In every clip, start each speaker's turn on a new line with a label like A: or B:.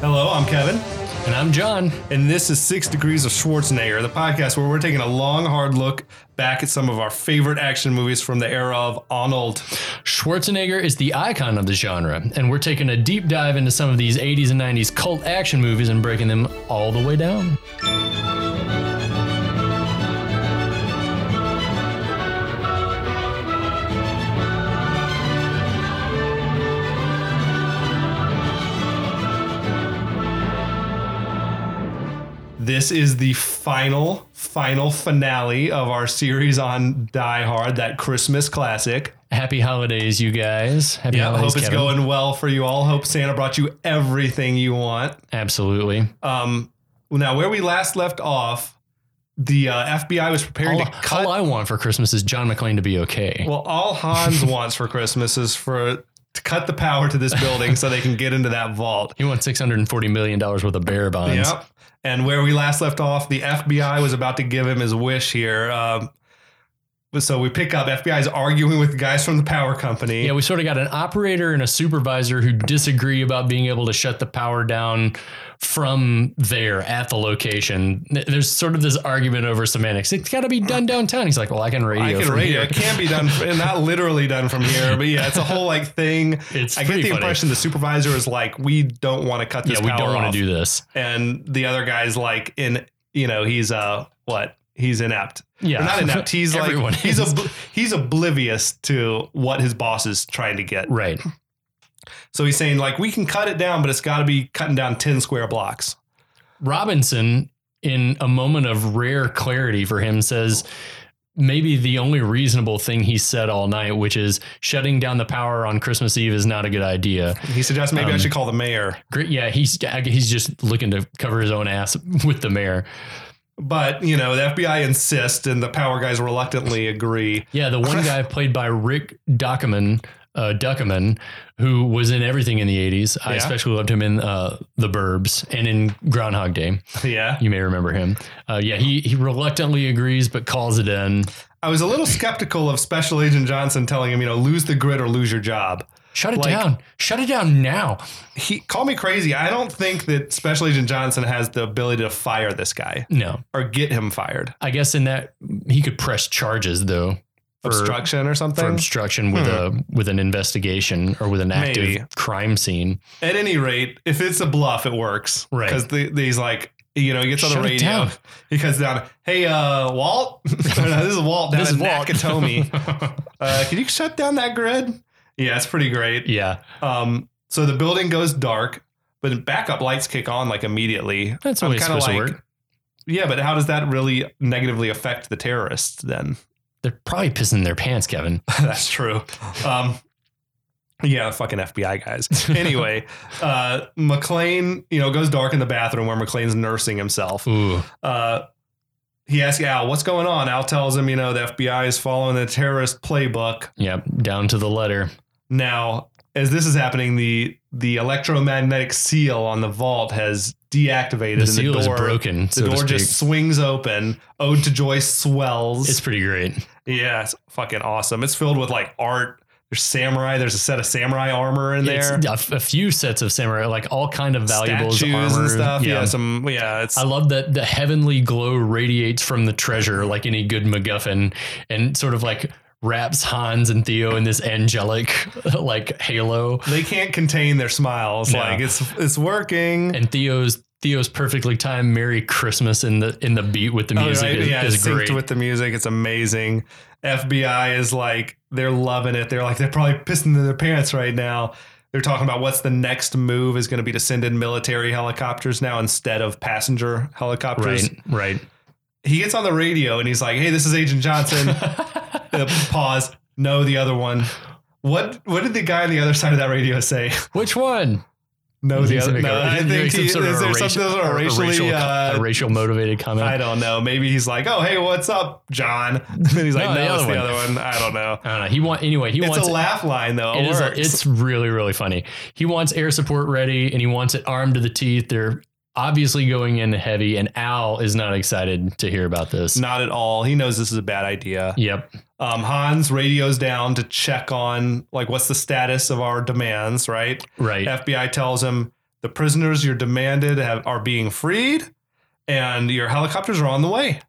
A: Hello, I'm Kevin,
B: And I'm John.
A: and this is Six Degrees of Schwarzenegger, the podcast where we're taking a long, hard look back at some of our favorite action movies from the era of Arnold.
B: Schwarzenegger is the icon of the genre, and we're taking a deep dive into some of these 80s and 90s cult action movies and breaking them all the way down.
A: This is the final, final finale of our series on Die Hard, that Christmas classic.
B: Happy holidays, you guys. Happy
A: Yeah, I hope
B: holidays,
A: it's
B: Kevin.
A: going well for you all. Hope Santa brought you everything you want.
B: Absolutely.
A: Um, now, where we last left off, the uh, FBI was preparing
B: All,
A: to cut.
B: all I want for Christmas is John McClane to be okay.
A: well, all Hans wants for Christmas is for to cut the power to this building so they can get into that vault.
B: he wants $640 million worth of bear bonds.
A: Yep. And where we last left off, the FBI was about to give him his wish here. Um, so we pick up FBI's arguing with guys from the power company.
B: Yeah, we sort of got an operator and a supervisor who disagree about being able to shut the power down from there at the location. Th- There's sort of this argument over semantics. It's got to be done downtown. He's like, well, I can radio.
A: I can
B: from
A: radio.
B: here."
A: It can be done, and not literally done from here, but yeah, it's a whole like thing.
B: It's
A: I get the
B: pretty funny.
A: impression the supervisor is like, "We don't want to cut this
B: Yeah, we
A: power
B: don't
A: off,"
B: want to do this.
A: and the other guy's like, "In you know, he's uh, what? He's inept.
B: Yeah,
A: Or not inept. He's like,
B: Everyone
A: he's
B: is.
A: ob- he's oblivious to what his boss is trying to get.
B: right.
A: So he's saying like, we can cut it down, but it's got to be cutting down ten square blocks.
B: Robinson, in a moment of rare clarity for him, says maybe the only reasonable thing he said all night, which is shutting down the power on Christmas Eve is not a good idea.
A: He suggests maybe I
B: Um,
A: should call the mayor,
B: Great. Yeah, he's he's just looking to cover his own ass with the mayor.
A: but you know, the FBI insists, and the power guys reluctantly agree.
B: Yeah, the one guy played by Rick Duckerman, uh, Duckerman, who was in everything in the '80s. I
A: Yeah.
B: especially loved him in uh, The Burbs and in Groundhog Day.
A: Yeah.
B: You may remember him. Uh, yeah, he he reluctantly agrees but calls it in.
A: I was a little skeptical of Special Agent Johnson telling him, you know, lose the grid or lose your job.
B: Shut it
A: Like-
B: down. Shut it down now.
A: He call me crazy. I don't think that Special Agent Johnson has the ability to fire this guy
B: No,
A: or get him fired.
B: I guess in that he could press charges though for
A: Obstruction or something.
B: for obstruction with a with an investigation or with an active
A: Maybe.
B: crime scene.
A: At any rate, if it's a bluff, it works.
B: Right.
A: Because he's like, you know, he gets on the
B: Shut it
A: radio.
B: down.
A: He comes down, hey, uh, Walt. No, this is Walt down
B: This
A: in
B: is Walt.
A: Nakatomi. uh, can you shut down that grid? Yeah, it's pretty great.
B: Yeah,
A: Um, so the building goes dark, but backup lights kick on like immediately.
B: that's the
A: I'm
B: way it's
A: kinda
B: supposed to
A: like-
B: work.
A: Yeah, but how does that really negatively affect the terrorists then?
B: They're probably pissing their pants, Kevin.
A: That's true. Um, yeah, fucking FBI guys. Anyway, uh, McLean, you know, goes dark in the bathroom where McLean's nursing himself.
B: Ooh.
A: Uh, he asks Al, what's going on? Al tells him, you know, the FBI is following the terrorist playbook.
B: Yep, down to the letter.
A: Now, as this is happening, the the electromagnetic seal on the vault has deactivated.
B: The
A: and
B: seal
A: the door,
B: is broken.
A: The
B: so to
A: door
B: speak.
A: just swings open. Ode to Joy swells.
B: It's pretty great.
A: yeah, it's fucking awesome. It's filled with like art. There's samurai. There's a set of samurai armor in there.
B: It's a f- a, few sets of samurai, like all kind of valuables,
A: Statues
B: armor,
A: and stuff. Yeah. some. Yeah, it's
B: I love that the heavenly glow radiates from the treasure like any good MacGuffin and sort of like wraps Hans and Theo in this angelic like halo.
A: they can't contain their smiles.
B: No.
A: Like it's it's working.
B: And Theo's Theo's perfectly timed Merry Christmas in the in the beat with the
A: Oh,
B: music
A: right.
B: is,
A: yeah,
B: is
A: it's synced
B: great.
A: with the music. It's amazing. FBI is like they're loving it. They're like they're probably pissing in their pants right now. They're talking about what's the next move is going to be to send in military helicopters now instead of passenger helicopters.
B: right, right.
A: He gets on the radio and he's like, "Hey, this is Agent Johnson." Uh, pause. No, the other one. What what did the guy on the other side of that radio say?
B: Which one?
A: No, Oh, the
B: He's
A: other,
B: gonna
A: no
B: go-
A: I
B: he's gonna
A: think
B: make some
A: he, is
B: sort of
A: there
B: a
A: something
B: racial-
A: sort of
B: a
A: racially,
B: racial,
A: uh,
B: a racial motivated comment.
A: I don't know. Maybe he's like, oh, hey, what's up, John? And he's like, no,
B: No, the
A: it's
B: other
A: the
B: one.
A: other one. I don't know.
B: I don't know. He want anyway. He
A: It's
B: wants
A: a laugh line, though.
B: It
A: It
B: is.
A: works.
B: It's really, really funny. He wants air support ready, and he wants it armed to the teeth. They're obviously going in heavy, and Al is not excited to hear about this.
A: not at all. He knows this is a bad idea.
B: Yep.
A: Um, Hans radios down to check on, like, what's the status of our demands, right?
B: Right.
A: FBI tells him the prisoners you're demanded have, are being freed and your helicopters are on the way.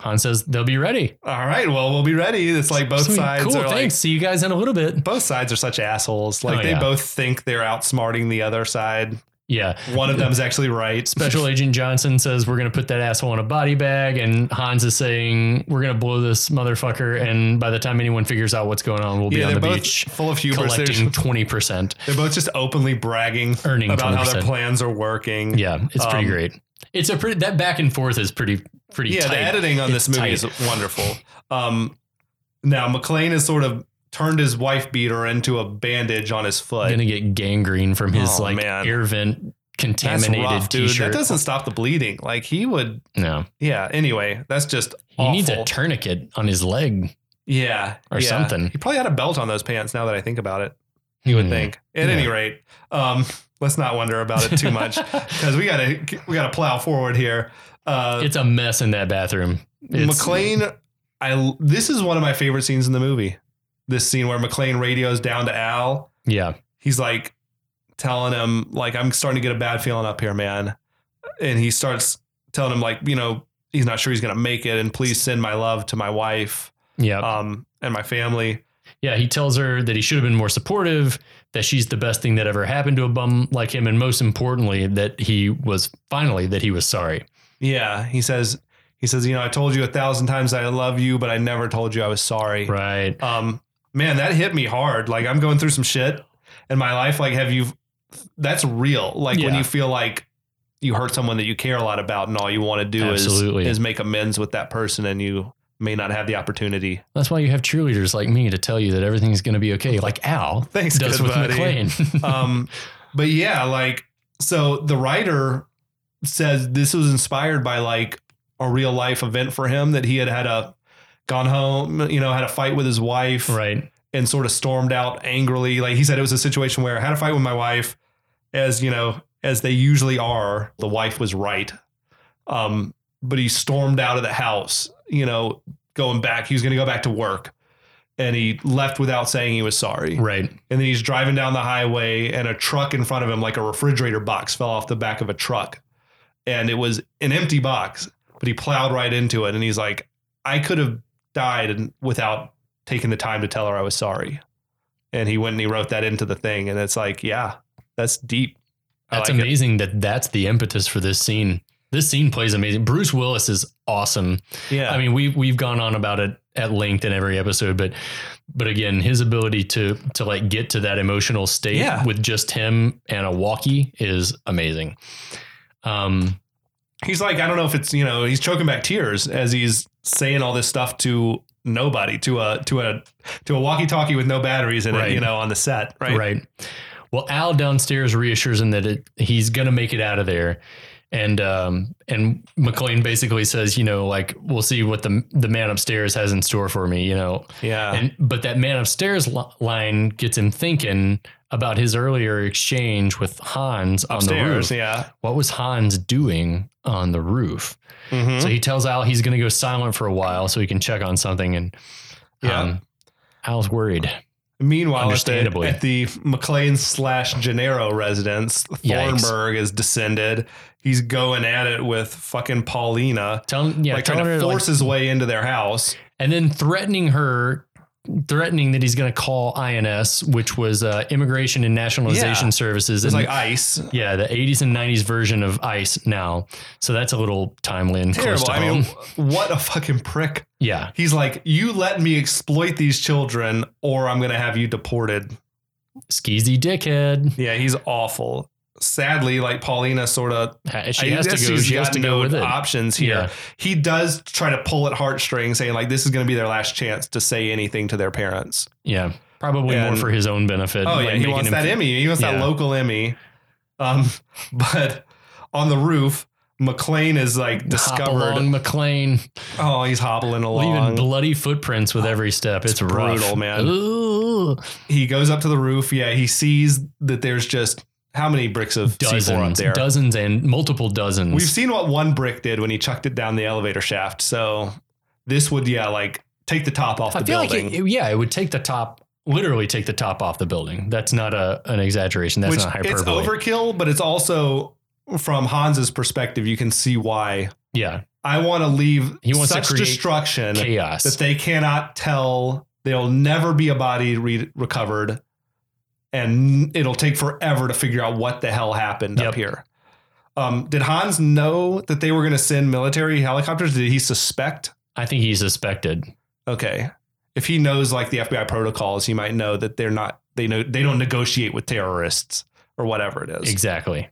B: Han says they'll be ready.
A: All right, well, we'll be ready. It's like both
B: Sweet.
A: sides
B: Cool.
A: are
B: Thanks.
A: like
B: See you guys in a little bit.
A: both sides are such assholes. Like
B: Oh,
A: they
B: yeah.
A: both think they're outsmarting the other side.
B: Yeah.
A: One of them's actually right.
B: Special Agent Johnson says we're going to put that asshole in a body bag, and Hans is saying we're going to blow this motherfucker. And by the time anyone figures out what's going on, we'll be
A: yeah,
B: on
A: they're
B: the
A: both
B: beach
A: full of hubris. They're,
B: collecting twenty percent.
A: they're both just openly bragging
B: Earning
A: about how their
B: 20%.
A: plans are working.
B: Yeah, it's pretty
A: Um,
B: great. It's a pretty that back and forth is pretty pretty.
A: yeah,
B: tight.
A: the editing on
B: It's
A: this movie
B: tight.
A: is wonderful. Um, now McLean has sort of turned his wife beater into a bandage on his foot.
B: gonna get gangrene from his
A: Oh,
B: like
A: man.
B: air vent
A: That's
B: contaminated
A: rough, dude.
B: t-shirt.
A: That doesn't stop the bleeding. Like he would.
B: no,
A: Yeah. Anyway, that's just
B: he needs a
A: awful.
B: tourniquet on his leg.
A: yeah
B: or
A: yeah.
B: something. Mm.
A: He probably had a belt on those pants. Now that I think about it,
B: He would
A: think. At any rate, um, let's not wonder about it too much Uh, because we gotta we gotta plow forward here. Uh,
B: It's a mess in that bathroom. It's-
A: McLean, I this is one of my favorite scenes in the movie. This scene where McLean radios down to Al.
B: Yeah,
A: He's like telling him like I'm starting to get a bad feeling up here, man. And he starts telling him like you know he's not sure he's gonna make it, and please send my love to my wife,
B: yeah,
A: um, and my family.
B: yeah. He tells her that he should have been more supportive. That she's the best thing that ever happened to a bum like him, and most importantly, that he was finally that he was sorry.
A: Yeah, he says. He says, you know, I told you a thousand times I love you, but I never told you I was sorry.
B: Right.
A: um man that hit me hard like i'm going through some shit in my life like have you that's real like when
B: Yeah.
A: you feel like you hurt someone that you care a lot about and all you want to do
B: Absolutely.
A: is is make amends with that person and you may not have the opportunity
B: That's why you have cheerleaders like me to tell you that everything's going to be okay. Like Al
A: thanks
B: does
A: good
B: with
A: buddy.
B: McLean.
A: um but yeah like so the writer says this was inspired by like a real life event for him that he had had a gone home you know had a fight with his wife
B: right.
A: and sort of stormed out angrily. Like he said, it was a situation where I had a fight with my wife, as you know, as they usually are. The wife was right, um, but he stormed out of the house. You know, going back, he was going to go back to work, and he left without saying he was sorry.
B: Right.
A: And then he's driving down the highway, and a truck in front of him, like a refrigerator box, fell off the back of a truck, and it was an empty box, but he plowed right into it, and he's like, "I could have died and without taking the time to tell her I was sorry." And he went and he wrote that into the thing, and it's like, yeah, that's deep. I
B: That's
A: like it.
B: amazing that that's the impetus for this scene. This scene plays amazing. Bruce Willis is awesome.
A: Yeah,
B: I mean, we we've gone on about it at length in every episode, but but again, his ability to to like get to that emotional state
A: Yeah.
B: with just him and a walkie is amazing. Um,
A: he's like, I don't know if it's you know, he's choking back tears as he's saying all this stuff to nobody, to a to a to a walkie-talkie with no batteries in
B: Right.
A: it, you know, on the set, right?
B: right. Well, Al downstairs reassures him that it, he's going to make it out of there. And um, and McLean basically says, you know, like we'll see what the the man upstairs has in store for me, you know.
A: Yeah.
B: And but that man upstairs li- line gets him thinking about his earlier exchange with Hans on the roof.
A: upstairs. Yeah.
B: What was Hans doing on the roof?
A: Hmm?
B: So he tells Al he's going to go silent for a while so he can check on something. And
A: Yeah.
B: um, Al's worried.
A: Meanwhile, at the,
B: Understandably.
A: at the McLean slash Gennaro residence,
B: Yikes.
A: Thornburg is descended. He's going at it with fucking Paulina,
B: Tell him, yeah,
A: like
B: tell
A: trying
B: her
A: to
B: to, like,
A: force his way into their house.
B: and then threatening her, threatening that he's going to call INS, which was uh, Immigration and Nationalization
A: Yeah.
B: Services.
A: It's
B: and-
A: like ice.
B: yeah, the 80s and 90s version of ICE now. So that's a little timely and
A: Terrible.
B: close to
A: I
B: home.
A: mean, what a fucking prick.
B: yeah,
A: He's like, you let me exploit these children, or I'm gonna have you deported.
B: skeezy dickhead.
A: Yeah, he's awful. Sadly, like Paulina sort of
B: Ha- She
A: I
B: has to
A: guess
B: go.
A: he's
B: She has
A: got
B: to go
A: no
B: with it.
A: Options here.
B: Yeah.
A: He does try to pull at heartstrings, saying like this is going to be their last chance to say anything to their parents.
B: yeah, probably more
A: And-
B: for his own benefit.
A: Oh
B: like
A: yeah, he
B: making
A: wants
B: him
A: that
B: feel-
A: Emmy. He wants
B: Yeah.
A: that local Emmy. Um, but on the roof, McLean is like
B: Hop
A: discovered.
B: along McLean,
A: Oh, he's hobbling
B: leaving
A: along. Oh,
B: bloody footprints with every step. It's, rough.
A: brutal, man.
B: Ooh.
A: he goes up to the roof. Yeah, he sees that there's just how many bricks of C4 up
B: Dozens,
A: there.
B: dozens, and multiple dozens.
A: We've seen what one brick did when he chucked it down the elevator shaft. So this would, yeah, like take the top off
B: I
A: the
B: feel
A: building.
B: like it, yeah, it would take the top, literally take the top off the building. That's not a an exaggeration. That's
A: which
B: not hyperbole.
A: it's overkill, but it's also from Hans's perspective, you can see why.
B: yeah,
A: I want to leave
B: He wants to
A: such
B: create
A: destruction
B: chaos.
A: that they cannot tell. There'll never be a body re- recovered, and it'll take forever to figure out what the hell happened
B: Yep.
A: up here. Um, did Hans know that they were going to send military helicopters? Did he suspect?
B: I think he suspected.
A: Okay, if he knows like the FBI protocols, he might know that they're not. They know they don't negotiate with terrorists or whatever it is.
B: Exactly.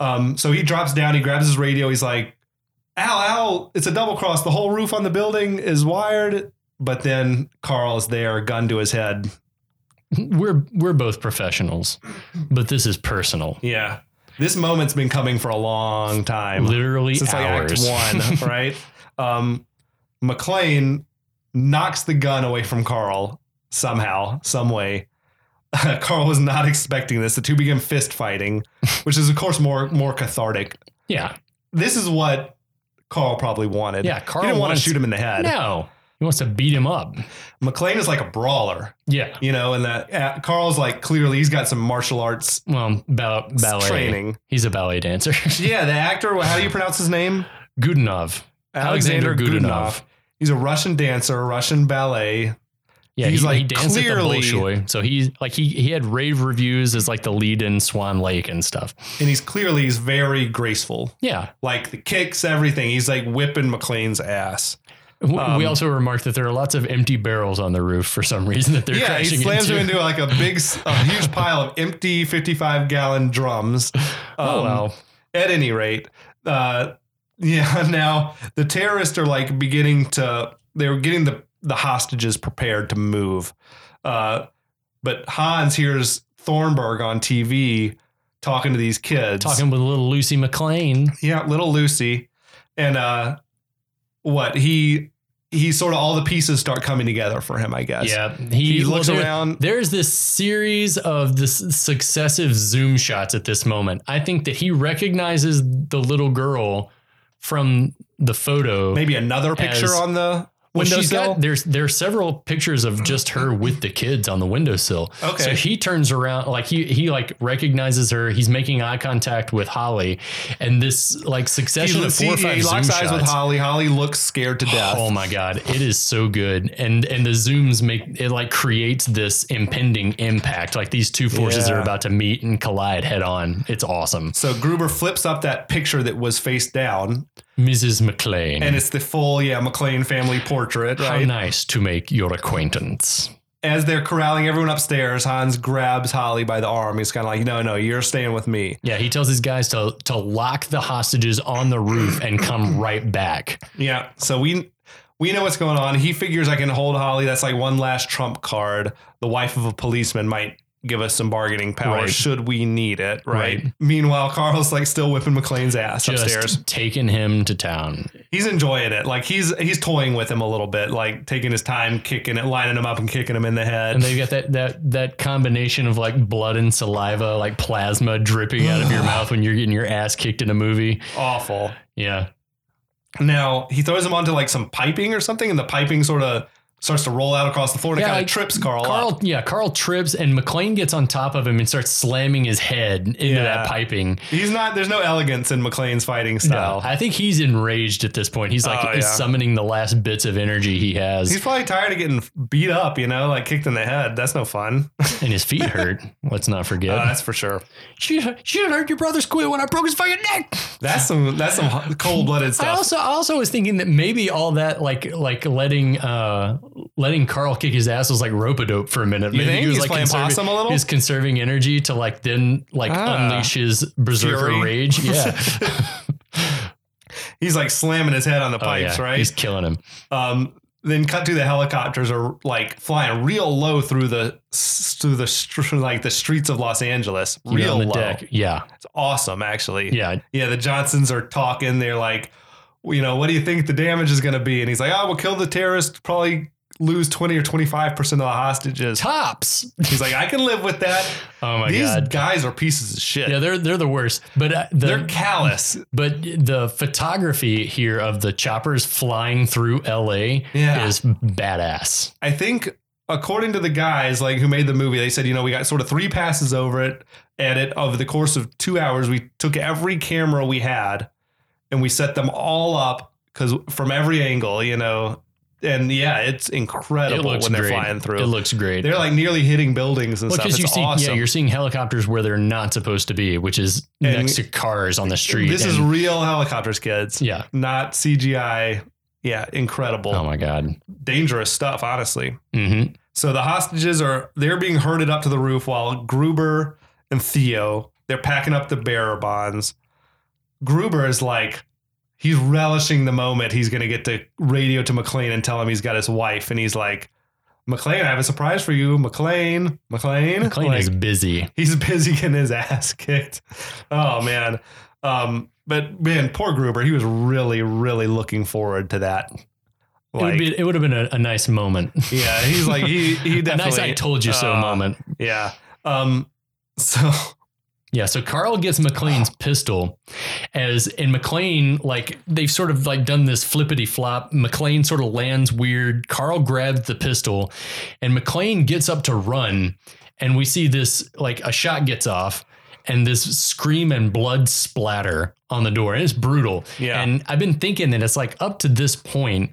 A: Um, so he drops down, he grabs his radio, he's like, Ow, ow, it's a double cross. The whole roof on the building is wired. But then Carl's there, gun to his head.
B: We're we're both professionals, but this is personal.
A: Yeah. This moment's been coming for a long time.
B: Literally
A: since
B: hours.
A: like Act One, right? um, McLean knocks the gun away from Carl somehow, some way. Carl was not expecting this. The two begin fist fighting, which is of course more more cathartic.
B: yeah,
A: This is what Carl probably wanted.
B: yeah. Carl
A: you don't want to
B: wants-
A: shoot him in the head.
B: No, he wants to beat him up.
A: McLean is like a brawler,
B: Yeah.
A: you know, and that uh, Carl's like clearly he's got some martial arts
B: Well, ba- ballet.
A: training.
B: He's a ballet dancer.
A: Yeah, the actor. How do you pronounce his name?
B: Gudinov. Alexander Gudinov.
A: He's a Russian dancer, Russian ballet.
B: Yeah,
A: He's
B: he,
A: like
B: he danced
A: clearly-
B: at the Bolshoi. So he's like he he had rave reviews as like the lead in Swan Lake and stuff.
A: and he's clearly he's very graceful.
B: Yeah.
A: Like the kicks, everything. He's like whipping McLean's ass.
B: W- we
A: Um,
B: also remarked that there are lots of empty barrels on the roof for some reason that they're
A: yeah, he
B: crashing
A: slams
B: into.
A: him into like a big, s- a huge pile of empty fifty-five gallon drums.
B: oh
A: Um,
B: wow.
A: at any rate, uh, yeah. Now the terrorists are like beginning to they're getting the the hostages prepared to move, uh, but Hans hears Thornburg on TV talking to these kids,
B: Talking with little Lucy McLean.
A: yeah, little Lucy, and uh, what he he sort of all the pieces start coming together for him, I guess.
B: Yeah.
A: he,
B: He,
A: looks
B: well, there-
A: around.
B: There's this series of this successive zoom shots at this moment. I think that he recognizes the little girl from the photo.
A: Maybe another picture
B: as-
A: on the
B: when she's
A: windowsill.
B: got there's there are several pictures of just her with the kids on the windowsill.
A: Okay.
B: So he turns around like he he like recognizes her. He's making eye contact with Holly, and this like
A: He,
B: succession of
A: he,
B: four or five
A: he
B: zoom
A: locks eyes
B: shots.
A: with Holly. Holly looks scared to death.
B: Oh my god, it is so good, and and the zooms make it like creates this impending impact. Like these two forces
A: Yeah.
B: are about to meet and collide head on. It's awesome,
A: So Gruber flips up that picture that was face down,
B: Mrs. McLean.
A: and it's the full, yeah, McLean family portrait,
B: how
A: right?
B: nice to make your acquaintance.
A: As they're corralling everyone upstairs, Hans grabs Holly by the arm. He's kind of like, no, no, you're staying with me.
B: Yeah, he tells his guys to to lock the hostages on the roof and come right back.
A: Yeah. So we we know what's going on. He figures I can hold Holly. That's like one last trump card. The wife of a policeman might give us some bargaining power
B: Right.
A: should we need it, right?
B: Right.
A: Meanwhile, Carl's like still whipping McLean's ass
B: Just
A: upstairs.
B: taking him to town.
A: he's enjoying it. Like he's he's toying with him a little bit, like taking his time, kicking it, lining him up, and kicking him in the head.
B: And they've got that that that combination of like blood and saliva, like plasma dripping out of your mouth when you're getting your ass kicked in a movie.
A: Awful.
B: Yeah.
A: Now he throws him onto like some piping or something, and the piping sort of starts to roll out across the floor and it
B: Yeah,
A: kind of
B: like,
A: trips Carl.
B: Carl,
A: up.
B: yeah, Carl trips and McLean gets on top of him and starts slamming his head into
A: Yeah.
B: that piping.
A: He's not. There's no elegance in McLean's fighting style.
B: I think he's enraged at this point. He's like
A: Oh, yeah.
B: summoning the last bits of energy he has,
A: He's probably tired of getting beat up, you know, like kicked in the head. That's no fun.
B: and his feet hurt. Let's not forget.
A: Uh, that's for sure.
B: she she heard your brother squeal when I broke his fucking neck.
A: That's some. That's some cold blooded
B: I
A: stuff.
B: also I also was thinking that maybe all that like like letting uh letting Carl kick his ass was like rope a dope for a minute.
A: You
B: maybe
A: think? He's playing
B: conserving-
A: possum a little?
B: He's conserving energy to like then like
A: Ah.
B: unleash his berserker
A: Fury.
B: rage. Yeah,
A: He's like slamming his head on the
B: Oh,
A: pipes,
B: yeah.
A: right?
B: He's killing him.
A: Um, then cut to the helicopters are like flying real low through the through the str- like the streets of Los Angeles,
B: You know,
A: real
B: on the
A: low.
B: deck. Yeah.
A: It's awesome, actually.
B: Yeah.
A: yeah. The Johnsons are talking. They're like, well, you know, what do you think the damage is going to be? And he's like, oh, we'll kill the terrorists. Probably lose twenty or twenty five percent of the hostages.
B: Tops.
A: He's like, I can live with that.
B: Oh my
A: These
B: god.
A: guys are pieces of shit.
B: Yeah, they're they're the worst. But uh, the,
A: they're callous.
B: But the photography here of the choppers flying through LA
A: Yeah.
B: is badass.
A: I think according to the guys like who made the movie, they said, you know, we got sort of three passes over it at it over the course of two hours. We took every camera we had and we set them all up because from every angle, you know, and yeah, it's incredible when they're
B: great.
A: flying
B: It
A: through.
B: looks great.
A: they're like nearly hitting buildings and
B: Well,
A: stuff.
B: because
A: It's
B: you see, yeah,
A: awesome.
B: you're seeing helicopters where they're not supposed to be, which is
A: And-
B: next to cars on the street.
A: this is
B: and-
A: real helicopters, kids,
B: yeah.
A: not CGI. Yeah, incredible,
B: Oh my god.
A: dangerous stuff. Honestly,
B: hmm
A: So the hostages are they're being herded up to the roof while Gruber and Theo they're packing up the bearer bonds. Gruber is like he's relishing the moment he's going to get to radio to McLean and tell him he's got his wife, and he's like, "McLean, I have a surprise for you, McLean, McLean,
B: McLean
A: Like,
B: is busy.
A: he's busy getting his ass kicked." Oh man, um, but man, poor Gruber, he was really, really looking forward to that.
B: it would
A: Like,
B: be. It would have been a, a nice moment.
A: yeah, he's like he he
B: a nice
A: definitely.
B: "I told you so"
A: uh,
B: moment.
A: Yeah. Um. So
B: Yeah, so Carl gets McLean's pistol as and McLean, like they've sort of like done this flippity flop. McLean sort of lands weird. Carl grabs the pistol and McLean gets up to run. And we see this like a shot gets off and this scream and blood splatter on the door. And it's brutal.
A: Yeah.
B: And I've been thinking that it's like up to this point,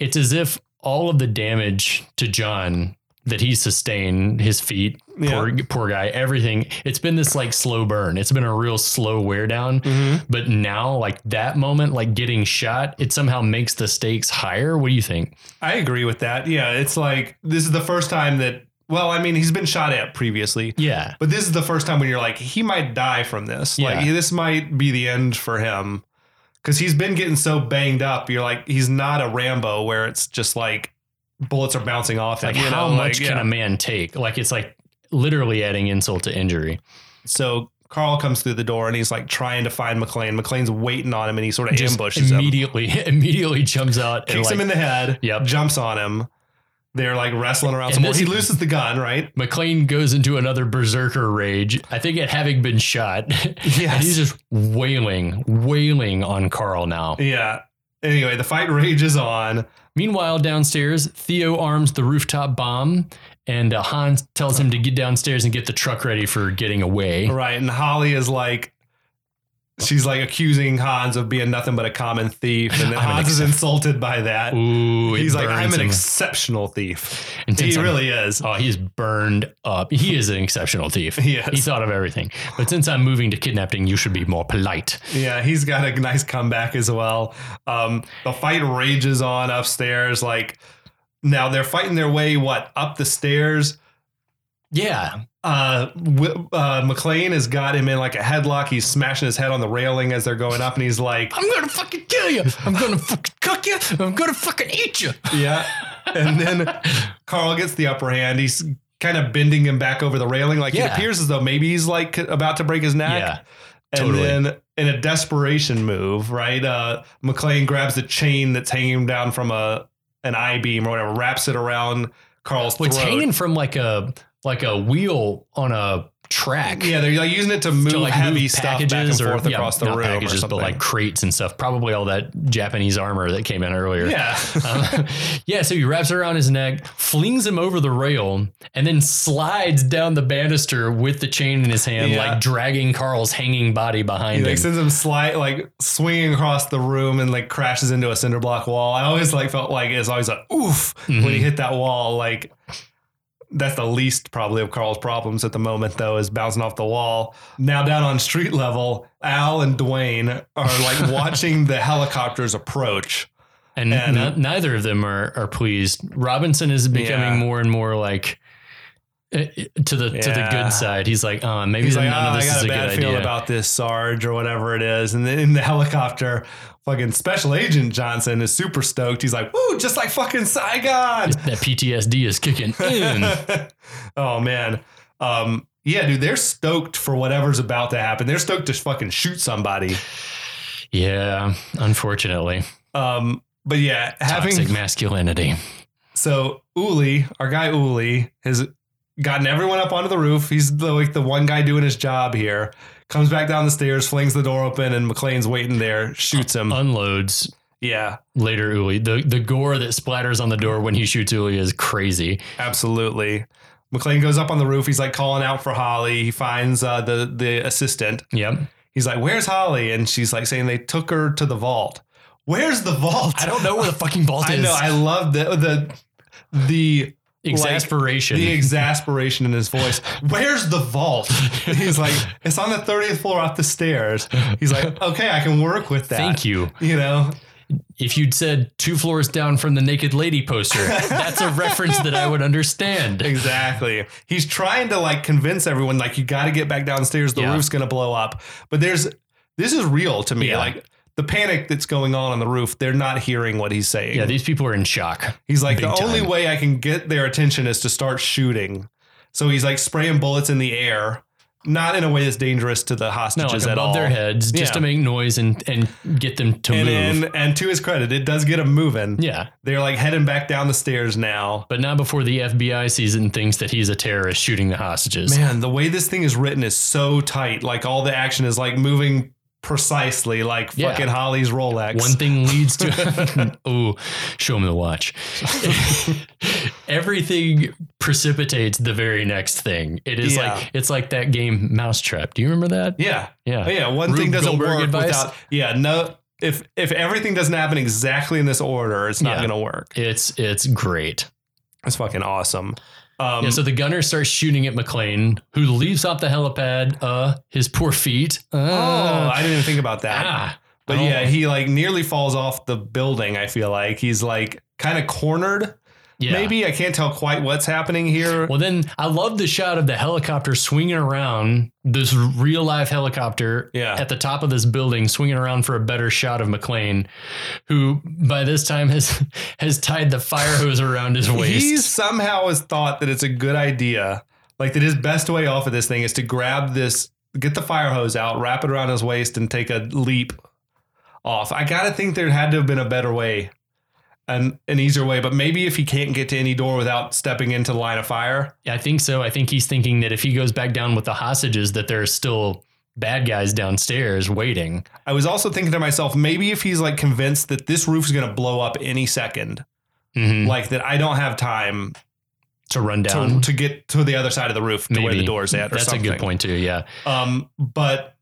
B: it's as if all of the damage to John that he sustained, his feet,
A: Yeah.
B: poor, poor guy, everything. It's been this like slow burn. It's been a real slow wear down. But now, like that moment, like getting shot, it somehow makes the stakes higher. What do you think?
A: I agree with that. Yeah, it's like this is the first time that. Well, I mean, he's been shot at previously,
B: Yeah.
A: but this is the first time when you're like, he might die from this. Like
B: Yeah.
A: this might be the end for him because he's been getting so banged up. You're like, he's not a Rambo where it's just like bullets are bouncing off.
B: Like,
A: him, you
B: how
A: know,
B: much
A: like,
B: can
A: yeah.
B: a man take? Like, it's like literally adding insult to injury.
A: So Carl comes through the door and he's like trying to find McLean. McLean's waiting on him and he sort of
B: Just
A: ambushes him.
B: immediately, immediately jumps out and
A: kicks
B: like,
A: him in the head,
B: Yep.
A: jumps on him. They're like wrestling around
B: And
A: some more.
B: this-
A: He loses the gun, right?
B: McLean goes into another berserker rage. I think at having been shot, and
A: Yes.
B: he's just wailing, wailing on Carl now.
A: Yeah. Anyway, the fight rages on.
B: Meanwhile, downstairs, Theo arms the rooftop bomb, and uh, Hans tells him to get downstairs and get the truck ready for getting away.
A: Right. And Holly is like, she's like accusing Hans of being nothing but a common thief. And then
B: I'm an
A: Hans is insulted by that.
B: Ooh, it
A: He's like,
B: burns
A: I'm an
B: him.
A: exceptional thief.
B: And since
A: He
B: I'm-
A: really is.
B: Oh, he's burned up. He is an exceptional thief.
A: Yes.
B: He thought of everything. But since I'm moving to kidnapping, you should be more polite.
A: Yeah, he's got a nice comeback as well. Um, the fight rages on upstairs. Like, now they're fighting their way, what, up the stairs?
B: Yeah.
A: uh, Wi- uh, McLean has got him in like a headlock. He's smashing his head on the railing as they're going up, and he's like,
B: I'm going to fucking kill you. I'm going to fucking cook you. I'm going to fucking eat you.
A: "Yeah." And then Carl gets the upper hand. He's kind of bending him back over the railing, like it
B: Yeah.
A: appears as though maybe he's like about to break his neck.
B: Yeah.
A: and
B: totally.
A: then in a desperation move, right? Uh, McLean grabs the chain that's hanging him down from a an I beam or whatever, wraps it around Carl's
B: Well,
A: throat.
B: it's hanging from like a like a wheel on a track.
A: yeah, they're like using it to move
B: To like
A: heavy
B: move
A: stuff back and
B: packages or-
A: forth
B: yeah,
A: across the
B: not
A: room, or
B: packages,
A: something.
B: but like crates and stuff. Probably all that Japanese armor that came in earlier.
A: yeah,
B: Um, yeah, so he wraps it around his neck, flings him over the rail, and then slides down the banister with the chain in his hand,
A: Yeah.
B: like dragging Carl's hanging body
A: He
B: behind
A: like
B: him.
A: sends him slide like swinging across the room and like crashes into a cinder block wall. I always like felt like it's always a oof when he
B: Mhm.
A: hit that wall. Like that's the least probably of Carl's problems at the moment though is bouncing off the wall. Now down on street level, Al and Dwayne are like watching the helicopters approach.
B: And,
A: and-
B: no- neither of them are, are pleased. Robinson is
A: Yeah.
B: becoming more and more like eh, to the to the
A: Yeah.
B: good side. He's like, uh, maybe
A: He's
B: none
A: like, oh,
B: of
A: I
B: this is
A: got
B: a
A: a
B: good
A: bad feeling
B: idea.
A: about this Sarge or whatever it is. And then in the helicopter, fucking Special Agent Johnson is super stoked. He's like, woo, just like fucking Saigon.
B: that PTSD is kicking in.
A: oh man. Um, yeah, dude, they're stoked for whatever's about to happen. They're stoked to fucking shoot somebody.
B: yeah, unfortunately,
A: Um, but yeah, having
B: toxic masculinity.
A: so Uli, our guy Uli, has gotten everyone up onto the roof. He's the, like the one guy doing his job here. Comes back down the stairs, flings the door open, and McLean's waiting there. Shoots him.
B: Unloads
A: Yeah,
B: later. Uli, the the gore that splatters on the door when he shoots Uli is crazy.
A: absolutely. McLean goes up on the roof. He's like calling out for Holly. He finds uh, the the assistant.
B: Yep.
A: He's like, "Where's Holly?" And she's like saying they took her to the vault. Where's the vault?
B: I don't know where the fucking vault
A: I
B: is.
A: know. I love the the the
B: Exasperation.
A: the exasperation in his voice. Where's the vault? And he's like, it's on the 30th floor up the stairs. He's like, okay, I can work with that.
B: Thank you.
A: You know,
B: If you'd said two floors down from the naked lady poster, that's a reference that I would understand.
A: exactly. He's trying to like convince everyone, like, you got to get back downstairs. The
B: Yeah.
A: roof's going to blow up. But there's, this is real to me.
B: Yeah.
A: Like, the panic that's going on on the roof, they're not hearing what he's saying.
B: Yeah, these people are in shock.
A: He's like,
B: Big
A: the only
B: time.
A: way I can get their attention is to start shooting. So he's like spraying bullets in the air, not in a way that's dangerous to the
B: No,
A: hostages
B: like
A: at all.
B: above their heads, just
A: Yeah.
B: to make noise and and get them to
A: and,
B: move.
A: and and to his credit, it does get him moving.
B: yeah,
A: They're like heading back down the stairs now.
B: but not before the FBI sees it and thinks that he's a terrorist shooting the hostages.
A: Man, the way this thing is written is so tight. Like all the action is like moving precisely, like
B: Yeah.
A: fucking Holly's Rolex.
B: One thing leads to oh, show him the watch. Everything precipitates the very next thing. It is
A: Yeah.
B: like it's like that game Mousetrap. Do you remember that?
A: yeah,
B: Yeah.
A: Oh, yeah. One
B: Rube
A: thing doesn't
B: Goldberg
A: work
B: advice?
A: without. Yeah, no. If if everything doesn't happen exactly in this order, it's not
B: Yeah.
A: gonna work.
B: It's it's great.
A: It's fucking awesome. Um,
B: yeah, so the gunner starts shooting at McLean, who leaps off the helipad. Uh, his poor feet. Uh,
A: oh, I didn't even think about that.
B: ah.
A: But
B: Oh.
A: yeah, he like nearly falls off the building. I feel like he's like kind of cornered.
B: yeah.
A: Maybe I can't tell quite what's happening here.
B: Well, then I love the shot of the helicopter swinging around this real life helicopter
A: Yeah.
B: at the top of this building, swinging around for a better shot of McLean, who by this time has has tied the fire hose around his waist.
A: He somehow has thought that it's a good idea, like that his best way off of this thing is to grab this, get the fire hose out, wrap it around his waist, and take a leap off. I gotta think there had to have been a better way, an an easier way. But maybe if he can't get to any door without stepping into the line of fire,
B: I think so. I think he's thinking that if he goes back down with the hostages, that there are still bad guys downstairs waiting.
A: I was also thinking to myself, maybe if he's like convinced that this roof is gonna blow up any 2nd
B: Mhm.
A: like that I don't have time
B: to run
A: Mm-hmm. to,
B: down.
A: to get to the other side of the roof to where
B: Maybe.
A: the door's at. Or
B: That's
A: something.
B: a good point too. Yeah,
A: Um, but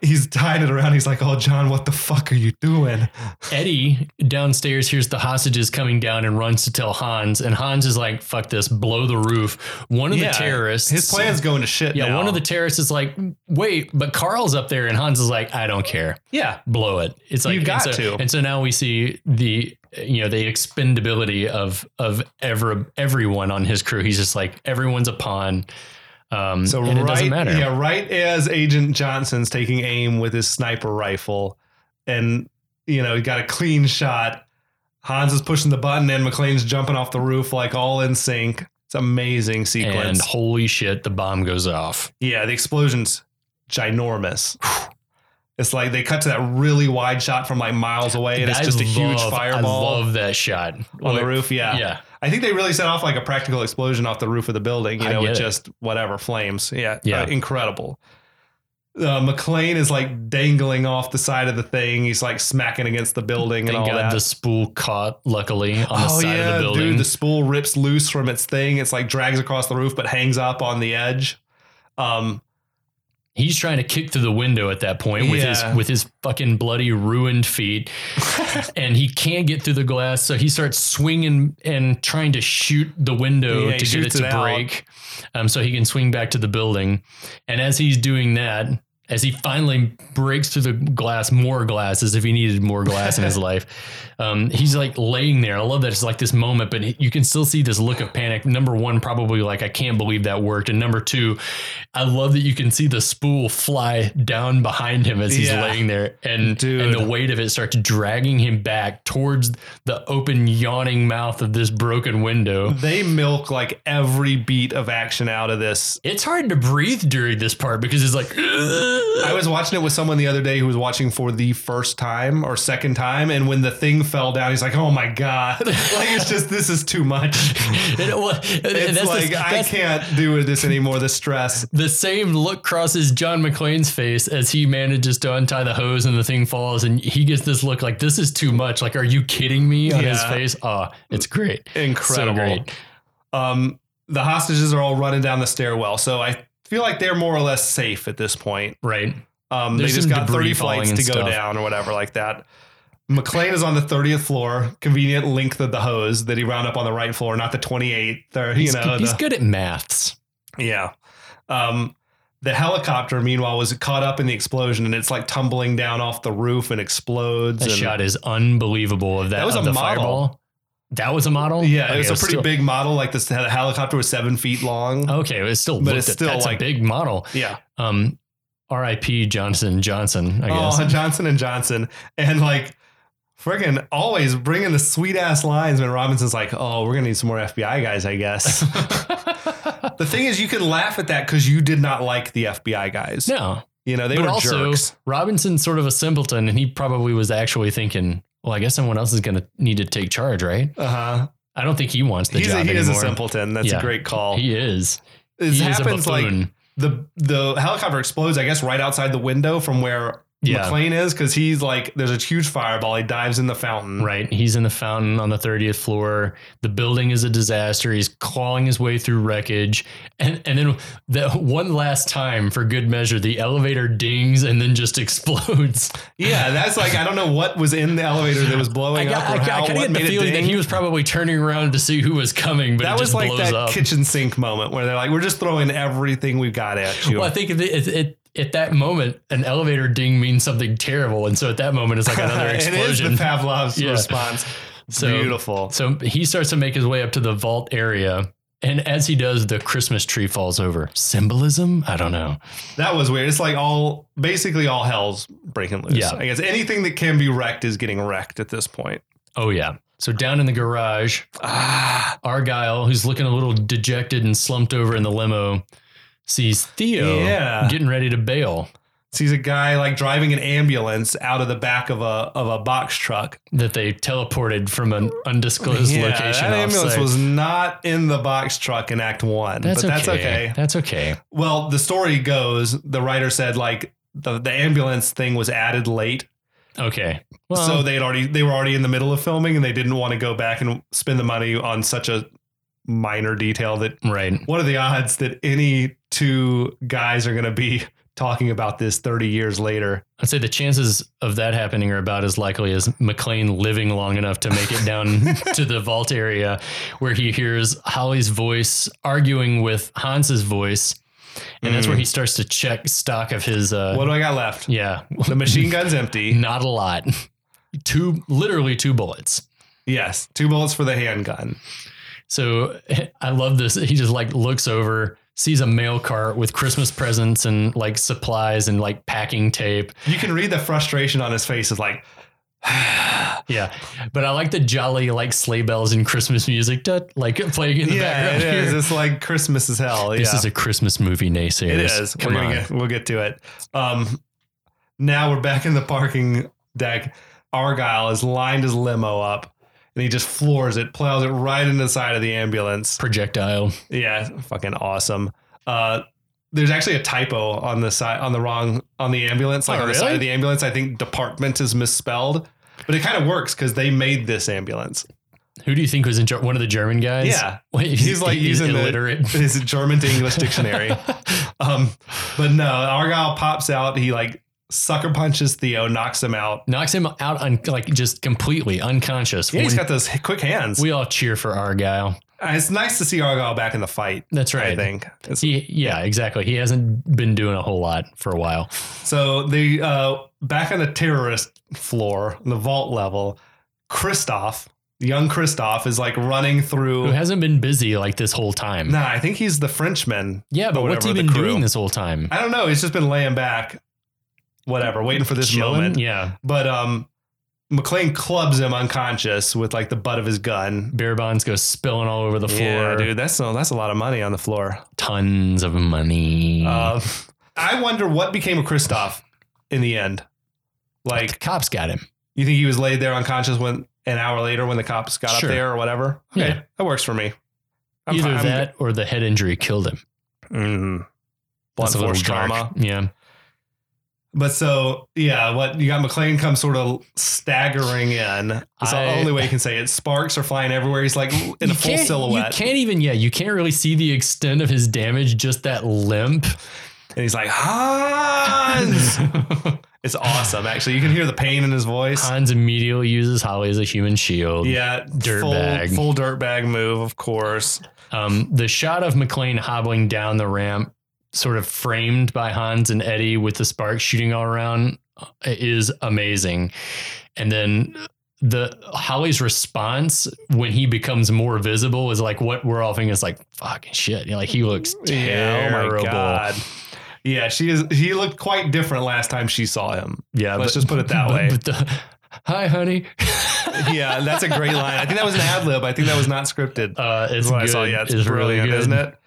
A: he's tying it around. He's like, "Oh, John, what the fuck are you doing?"
B: Eddie downstairs hears the hostages coming down and runs to tell Hans, and Hans is like, "Fuck this! Blow the roof." One of
A: Yeah,
B: the terrorists.
A: His plan's going to shit.
B: Yeah,
A: now.
B: one of the terrorists is like, "Wait, but Carl's up there," and Hans is like, "I don't care.
A: yeah,
B: Blow it." It's like
A: You got
B: and
A: to.
B: so, And so now we see the you know the expendability of of ever everyone on his crew. He's just like everyone's a pawn. Um,
A: so
B: and
A: right,
B: it doesn't matter.
A: yeah, right as Agent Johnson's taking aim with his sniper rifle, and you know he got a clean shot. Hans is pushing the button, and McLean's jumping off the roof like all in sync. It's amazing
B: And
A: sequence.
B: holy shit, the bomb goes off.
A: Yeah, the explosion's ginormous. It's like they cut to that really wide shot from like miles away, and it's
B: I
A: just a huge
B: love- I
A: fireball
B: love that shot
A: on the roof. Yeah.
B: Yeah,
A: I think they really set off like a practical explosion off the roof of the building, you
B: I
A: know,
B: get
A: with
B: it.
A: just whatever flames. Yeah,
B: Yeah.
A: uh, incredible. Uh, McLean is like dangling off the side of the thing. He's like smacking against the building and
B: thank
A: all
B: God
A: that. Oh,
B: the spool caught luckily on the side of the building.
A: dude, the spool rips loose from its thing. It's like drags across the roof, but hangs up on the edge. Um,
B: He's trying to kick through the window at that point with
A: Yeah.
B: his with his fucking bloody ruined feet, and he can't get through the glass. So he starts swinging and trying to shoot the window
A: Yeah, he
B: to get it
A: shoots
B: to
A: it out.
B: break, um, so he can swing back to the building. And as he's doing that, as he finally breaks through the glass, more glass, as if he needed more glass in his life. Um, he's like laying there. I love that it's like this moment, but it- you can still see this look of panic. Number one, probably like, I can't believe that worked. And number two, I love that you can see the spool fly down behind him as he's
A: Yeah.
B: laying there and, and
A: Dude.
B: the weight of it starts dragging him back towards the open, yawning mouth of this broken window.
A: They milk like every beat of action out of this.
B: It's hard to breathe during this part because it's like,
A: I was watching it with someone the other day who was watching for the first time or second time, and when the thing fell down, he's like, "Oh my god!" like it's just this is too much.
B: It wa-
A: It's
B: that's
A: like
B: the,
A: I
B: that's
A: can't do this anymore. The stress.
B: the same look crosses John McClane's face as he manages to untie the hose and the thing falls, and he gets this look like this is too much. Like, are you kidding me? On his
A: Yeah.
B: face, oh, it's great,
A: Incredible.
B: So great.
A: Um, the hostages are all running down the stairwell, so I feel like they're more or less safe at this point.
B: right?
A: Um, they
B: There's
A: just
B: some
A: got
B: debris
A: 30
B: falling
A: flights
B: and
A: to go
B: stuff.
A: down or whatever like that. McLean is on the 30th floor, convenient length of the hose that he round up on the right floor, not the 28th or, you
B: He's,
A: know,
B: he's
A: the-
B: good at maths.
A: yeah. Um, the helicopter, meanwhile, was caught up in the explosion and it's like tumbling down off the roof and explodes.
B: That
A: and-
B: shot is unbelievable. Of that,
A: That was
B: of
A: a
B: the
A: model.
B: fireball. That was a model.
A: Yeah,
B: Okay,
A: it was a pretty
B: still-
A: big model. Like this, the helicopter was seven feet long.
B: Okay, it was still,
A: But
B: looked
A: it's
B: at-
A: still
B: that's
A: like-
B: a big model.
A: Yeah.
B: Um, R.I.P. Johnson Johnson. I guess.
A: Oh, Johnson and Johnson, and like friggin' always bringing the sweet ass lines when Robinson's like, "Oh, we're gonna need some more FBI guys, I guess." the thing is, you can laugh at that because you did not like the FBI guys.
B: no,
A: You know they
B: but
A: were
B: also
A: jerks.
B: Robinson's sort of a simpleton, and he probably was actually thinking, "Well, I guess someone else is going to need to take charge, right?"
A: Uh huh.
B: I don't think he wants the
A: He's
B: job
A: a, he
B: anymore.
A: is a simpleton. That's
B: Yeah.
A: a great call.
B: He is.
A: it
B: he
A: happens
B: is a
A: like
B: buffoon.
A: the the helicopter explodes, I guess, right outside the window from where
B: Yeah.
A: McLean is because he's like, there's a huge fireball. He dives in the fountain.
B: right. He's in the fountain on the thirtieth floor. The building is a disaster. He's clawing his way through wreckage, and and then the one last time for good measure, the elevator dings and then just explodes.
A: Yeah, that's like I don't know what was in the elevator that was
B: I
A: blowing
B: got,
A: up or
B: I,
A: how
B: got, I kind
A: what
B: of get
A: made
B: the
A: it
B: feeling that
A: ding.
B: he was probably turning around to see who was coming, but it
A: that was
B: just
A: like
B: blows
A: that
B: up.
A: kitchen sink moment where they're like, we're just throwing everything we've got at you.
B: Well, I think at, the- at, at, at that moment, an elevator ding means something terrible, and so at that moment, it's like another
A: it is the
B: explosion.
A: Pavlov's
B: Yeah.
A: response.
B: So-
A: Beautiful.
B: so he starts to make his way up to the vault area, and as he does, the Christmas tree falls over. Symbolism? I don't know.
A: That was weird. It's like all basically all hell's breaking loose.
B: Yeah.
A: I guess anything that can be wrecked is getting wrecked at this point.
B: Oh yeah. So down in the garage,
A: Ah,
B: Argyle, who's looking a little dejected and slumped over in the limo, sees Theo
A: Yeah.
B: getting ready to bail.
A: sees a guy like driving an ambulance out of the back of a of a box truck.
B: That they teleported from an undisclosed
A: Yeah,
B: location.
A: that ambulance
B: offsite.
A: was not in the box truck in Act One,
B: That's
A: but
B: okay.
A: that's okay.
B: That's okay.
A: Well, the story goes, the writer said like the, the ambulance thing was added late.
B: Okay. Well,
A: so they had already they were already in the middle of filming and they didn't want to go back and spend the money on such a minor detail that
B: right.
A: what are the odds that any two guys are gonna be talking about this 30 years later?
B: I'd say the chances of that happening are about as likely as McLean living long enough to make it down to the vault area where he hears Holly's voice arguing with Hans's voice. And that's
A: Mm.
B: where he starts to check stock of his. Uh,
A: What do I got left?
B: yeah.
A: The machine gun's empty.
B: Not a lot. Two, literally two bullets.
A: Yes. Two bullets for the handgun.
B: So I love this. He just like looks over, sees a mail cart with Christmas presents and like supplies and like packing tape.
A: You can read the frustration on his face. It's like
B: Yeah, but I like the jolly like sleigh bells and Christmas music that like playing in the
A: Yeah,
B: background.
A: it is.
B: here.
A: It's like Christmas as hell.
B: This
A: yeah.
B: is a Christmas movie, naysayers.
A: It is.
B: Come
A: we're
B: on.
A: gonna get we'll get to it. Um, now we're back in the parking deck. Argyle has lined his limo up, and he just floors it, plows it right into the side of the ambulance.
B: Projectile.
A: Yeah, fucking awesome. Uh, there's actually a typo on the side on the wrong on the ambulance. Like
B: Oh,
A: on the side
B: really?
A: of the ambulance, I think department is misspelled. But it kind of works because they made this ambulance.
B: Who do you think was in Ger- one of the German guys?
A: Yeah.
B: Wait, he's,
A: He's, like, using the-
B: illiterate.
A: It's a German to English dictionary. Um, but no, Argyle pops out. He like sucker punches Theo, knocks him out.
B: Knocks him out on like just completely unconscious.
A: Yeah, he's
B: One-
A: got those h- quick hands. Uh,
B: we all cheer for Argyle.
A: it's nice to see Argyle back in the fight.
B: That's
A: I
B: right.
A: think It's-
B: He, yeah, exactly. He hasn't been doing a whole lot for a while.
A: so. The uh, back on the terrorist floor, the vault level, Kristoff, young Kristoff, is like running
B: Who
A: through.
B: hasn't been busy like this whole time?
A: Nah, I think he's the Frenchman.
B: yeah, but what's he
A: whatever,
B: been
A: the crew.
B: doing this whole time?
A: I don't know. He's just been laying back, whatever, waiting for this
B: Chilling?
A: moment.
B: Yeah,
A: But um, McLean clubs him unconscious with like the butt of his gun.
B: beer bonds go spilling all over the floor.
A: Yeah, dude, that's a, that's a lot of money on the floor.
B: Tons of money.
A: Um, I wonder what became of Kristoff in the end.
B: the
A: Like,
B: cops got him.
A: you think he was laid there unconscious when an hour later when the cops got
B: Sure.
A: up there or whatever?
B: Yeah.
A: that works for me.
B: Either
A: fine-
B: that or the head injury killed him.
A: Mm. blunt
B: That's a little
A: force
B: dark.
A: trauma.
B: Yeah.
A: But so yeah, what you got? McLean comes sort of staggering in. It's
B: I-
A: the only way you can say it. Sparks are flying everywhere. He's like in
B: You
A: a full
B: can't-
A: silhouette,
B: You can't even, yeah, you can't really see the extent of his damage, just that limp.
A: and he's like Hans. it's awesome, actually. You can hear the pain in his voice.
B: Hans immediately uses Holly as a human shield.
A: Yeah,
B: Dirt
A: full,
B: bag.
A: full dirt bag move, of course.
B: Um, the shot of McLean hobbling down the ramp, sort of framed by Hans and Eddie with the sparks shooting all around, uh, is amazing. And then the Holly's response when he becomes more visible is like what we're all thinking is like fucking shit. You know, like he looks terrible.
A: Yeah, she is. He looked quite different last time she saw him.
B: Yeah,
A: Let's just put it that
B: but-
A: way.
B: but the- Hi, honey.
A: yeah, that's a great line. I think that was an ad lib. I think that was not scripted.
B: Uh,
A: That's what
B: it's good.
A: I saw. Yeah, it's,
B: It's really
A: brilliant,
B: good,
A: isn't it?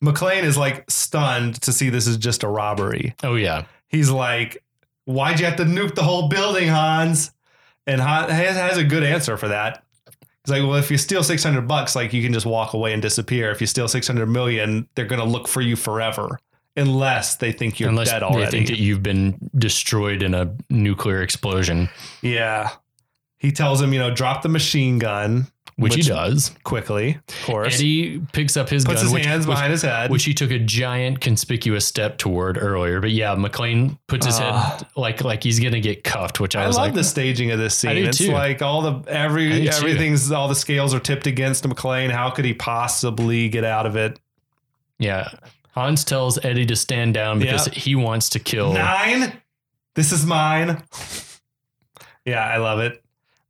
A: McLean is like stunned to see this is just a robbery.
B: Oh yeah,
A: He's like, "Why'd you have to nuke the whole building, Hans?" And Hans has, has a good answer for that. He's like, "Well, if you steal six hundred bucks, like you can just walk away and disappear. If you steal six hundred million, they're gonna look for you forever, unless they think you're
B: unless
A: dead
B: they
A: already."
B: think that you've been destroyed in a nuclear explosion,
A: yeah. He tells him, you know, drop the machine gun
B: which,
A: Which-
B: he does.
A: quickly. Of course,
B: Eddie picks up his
A: puts
B: gun,
A: his
B: which,
A: hands
B: which-
A: behind his head.
B: which he took a giant conspicuous step toward earlier. But yeah, McLean puts his
A: Ah.
B: head like like he's gonna get cuffed, which I,
A: I,
B: was
A: love
B: like,
A: the staging of this scene.
B: I do
A: it's
B: too.
A: like all the
B: I do
A: every
B: too.
A: everything's all the scales are tipped against McLean. How could he possibly get out of it?
B: yeah. Hans tells Eddie to stand down because he wants to kill.
A: Nine. This is mine. yeah, I love it.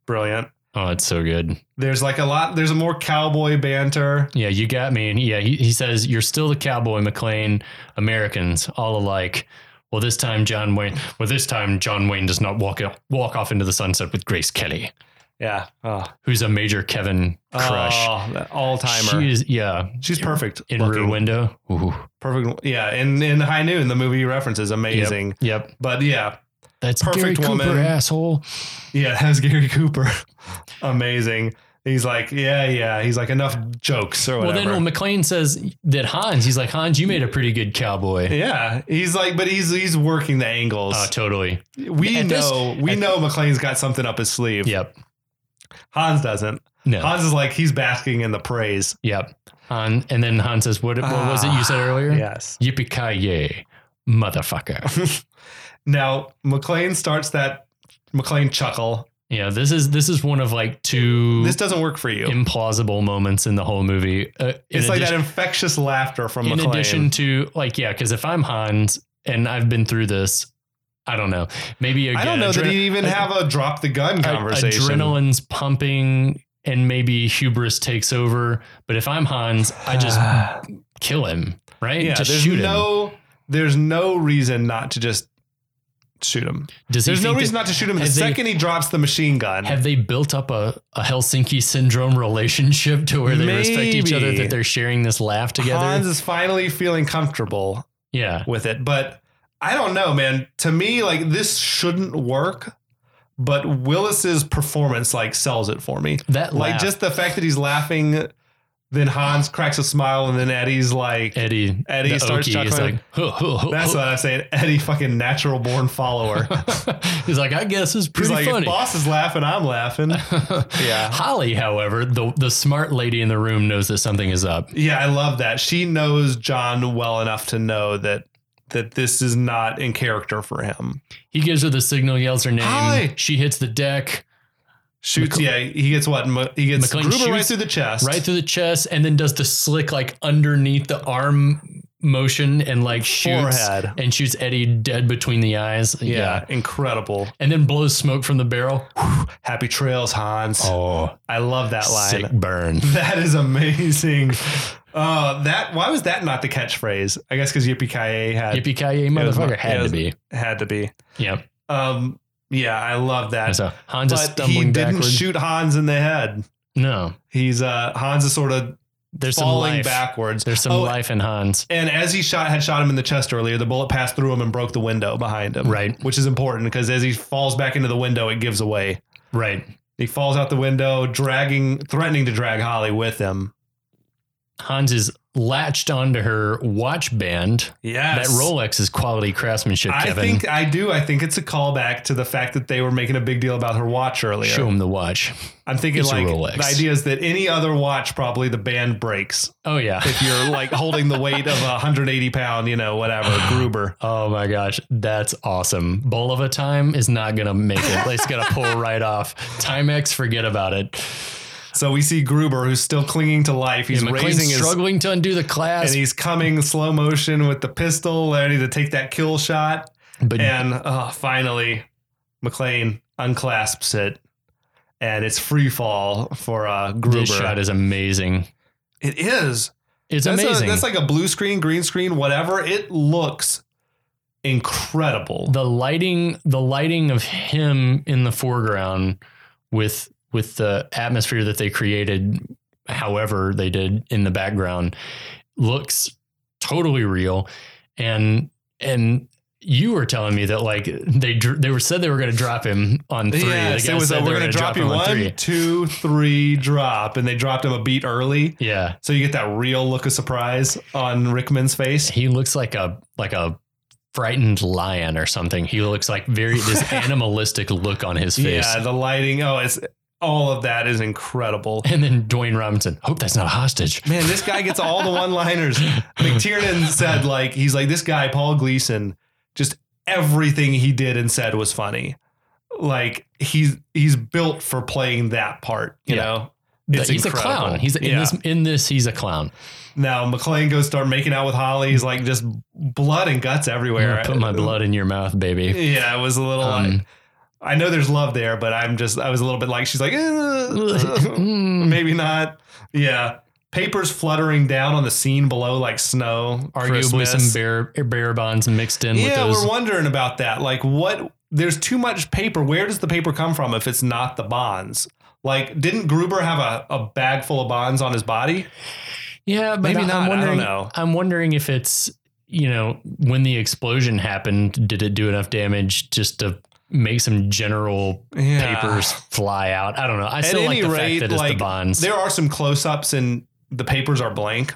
A: Brilliant.
B: Oh, it's so good.
A: There's like a lot. There's a more cowboy banter.
B: Yeah, you got me. And yeah, he, he says, You're still the cowboy, McLean. Americans, all alike. Well, this time John Wayne. Well, this time John Wayne does not walk out, walk off into the sunset with Grace Kelly,
A: Yeah. Oh,
B: who's a major Kevin crush.
A: all Oh, timer.
B: She is, yeah,
A: She's perfect.
B: in
A: looking.
B: Rear Window. Ooh.
A: Perfect. Yeah. In in High Noon, the movie you reference is amazing.
B: Yep,
A: But yeah,
B: that's
A: Perfect
B: perfect Gary
A: woman.
B: Cooper asshole.
A: Yeah, that was Gary Cooper. Amazing. He's like, yeah, yeah. He's like, enough jokes or
B: Well,
A: whatever.
B: then when McLean says that Hans, he's like Hans, you made a pretty good cowboy.
A: yeah, he's like, but he's he's working the angles.
B: Oh, totally.
A: we
B: at this-
A: know, we
B: at-
A: know McLean's got something up his sleeve.
B: Yep.
A: Hans doesn't.
B: No.
A: Hans is like, he's basking in the praise.
B: Yep. Han, and then Hans says, "What, what was it you said
A: Ah,
B: earlier?"
A: Yes.
B: Yippee ki yay, motherfucker.
A: Now McLean starts that McLean chuckle.
B: Yeah, this is this is one of like two
A: This doesn't work for you.
B: implausible moments in the whole movie. Uh, in
A: it's like that
B: addition-
A: infectious laughter from
B: in
A: McLean.
B: addition to like yeah, because if I'm Hans and I've been through this, I don't know. Maybe again,
A: I don't know that
B: adre-
A: he even
B: a-
A: have a drop the gun
B: a-
A: conversation.
B: Adrenaline's pumping and maybe hubris takes over. But if I'm Hans, I just kill him, right?
A: yeah,
B: just
A: there's
B: shoot him.
A: no, There's no reason not to just shoot him.
B: Does he
A: There's no
B: think
A: reason
B: that-
A: not to shoot him. The
B: have they-
A: second he drops the machine gun,
B: have they built up a, a Helsinki syndrome relationship to where they respect each other
A: Maybe.
B: that they're sharing this laugh together?
A: Hans is finally feeling comfortable
B: yeah.
A: with it. But I don't know, man. To me, like this shouldn't work. But Willis's performance like sells it for me.
B: That
A: Like
B: laugh,
A: just the fact that he's laughing, then Hans cracks a smile, and then Eddie's like,
B: Eddie.
A: Eddie
B: the
A: starts
B: Okie is
A: chuckling.
B: like, "Huh, huh, huh,
A: that's what I'm saying. Eddie, fucking natural born follower.
B: huh." He's like, I guess it's
A: he's
B: pretty
A: like, if
B: funny.
A: boss is laughing, I'm laughing. Yeah.
B: Holly, however, the the smart lady in the room knows that something is up.
A: Yeah, I love that. She knows John well enough to know that that this is not in character for him.
B: He gives her the signal, yells her name.
A: Holly!
B: She hits the deck.
A: Shoots, yeah, he gets what? Mo- He gets
B: McLean
A: Gruber right
B: shoots
A: through the chest.
B: right through the chest, and then does the slick like underneath the arm motion and like shoots
A: Forehead.
B: and shoots Eddie dead between the eyes. Yeah.
A: yeah, incredible.
B: And then blows smoke from the barrel.
A: Happy trails, Hans.
B: Oh,
A: I love that line.
B: sick burn.
A: That is amazing. Uh, that why was that not the catchphrase? I guess because Yippee Ki had
B: Yippee ki
A: was-
B: motherfucker!
A: it
B: Had to
A: was-
B: be.
A: had to be.
B: Yeah.
A: Um, yeah, I love that.
B: And so Hans is
A: But he
B: stumbling
A: didn't
B: backward.
A: shoot Hans in the head.
B: No,
A: He's uh, Hans is sort of
B: there's some
A: falling
B: life.
A: backwards.
B: There's some
A: Oh,
B: life in Hans.
A: And as he shot had shot him in the chest earlier, the bullet passed through him and broke the window behind him.
B: Right.
A: which is important because as he falls back into the window, it gives away.
B: Right.
A: He falls out the window, dragging, threatening to drag Holly with him.
B: Hans is latched onto her watch band.
A: Yes,
B: That Rolex is quality craftsmanship,
A: I
B: Kevin.
A: think I do. I think it's a callback to the fact that they were making a big deal about her watch earlier.
B: Show him the watch.
A: I'm thinking
B: It's a
A: like
B: Rolex.
A: the idea is that any other watch probably the band breaks
B: Oh yeah.
A: if you're like holding the weight of a 180 pound, you know, whatever Gruber.
B: Oh my gosh, that's awesome. Bowl of a time is not gonna make it. It's gonna pull right off. Timex, forget about it.
A: So we see Gruber who's still clinging to life. He's
B: And McLean's
A: raising his
B: struggling to undo the
A: and
B: clasp,
A: he's coming slow motion with the pistol, ready to take that kill shot.
B: but
A: And uh, finally, McLean unclasps it, and it's free fall for uh, Gruber.
B: this shot is amazing.
A: it is.
B: It's
A: that's a-
B: amazing.
A: that's like a blue screen, green screen, whatever. It looks incredible.
B: the lighting, the lighting of him in the foreground with with the atmosphere that they created, however they did in the background, looks totally real. And and you were telling me that like they dr- they were said they were going to drop him on three.
A: yes,
B: the
A: it
B: guy
A: was a,
B: said they
A: we're
B: were
A: gonna drop you
B: him on
A: one,
B: three.
A: two, three, drop, and they dropped him a beat early,
B: Yeah,
A: so you get that real look of surprise on Rickman's face.
B: he looks like a like a frightened lion or something. He looks like very this animalistic look on his face.
A: Yeah, the lighting. Oh, it's all of that is incredible.
B: And then Dwayne Robinson. Hope that's not a hostage.
A: Man, this guy gets all the one-liners. McTiernan said, like, he's like, this guy, Paul Gleason, just everything he did and said was funny. Like he's he's built for playing that part, you
B: Yeah.
A: know.
B: That- he's a clown. He's in
A: Yeah.
B: this in this he's a clown.
A: now McLean goes start making out with Holly. He's like just blood and guts
B: I'm
A: everywhere.
B: gonna put my blood in your mouth, baby.
A: Yeah, it was a little. like,
B: Um,
A: I know there's love there, but I'm just I was a little bit like she's like "Eh,
B: mm,
A: maybe not. Yeah. Papers fluttering down on the scene below like snow.
B: arguably
A: Christmas.
B: some bear bear bonds mixed in
A: Yeah,
B: with
A: we're
B: those.
A: wondering about that. Like, what? There's too much paper. Where does the paper come from if it's not the bonds? Like, didn't Gruber have a, a bag full of bonds on his body?
B: Yeah, but
A: Maybe
B: I'm
A: not, I don't
B: wondering.
A: know.
B: I'm wondering if it's you know when the explosion happened, did it do enough damage just to make some general
A: Yeah.
B: papers fly out? I don't know. I
A: At
B: still like
A: any
B: the
A: rate,
B: fact that it's
A: like,
B: the bonds.
A: There are some close ups and the papers are blank.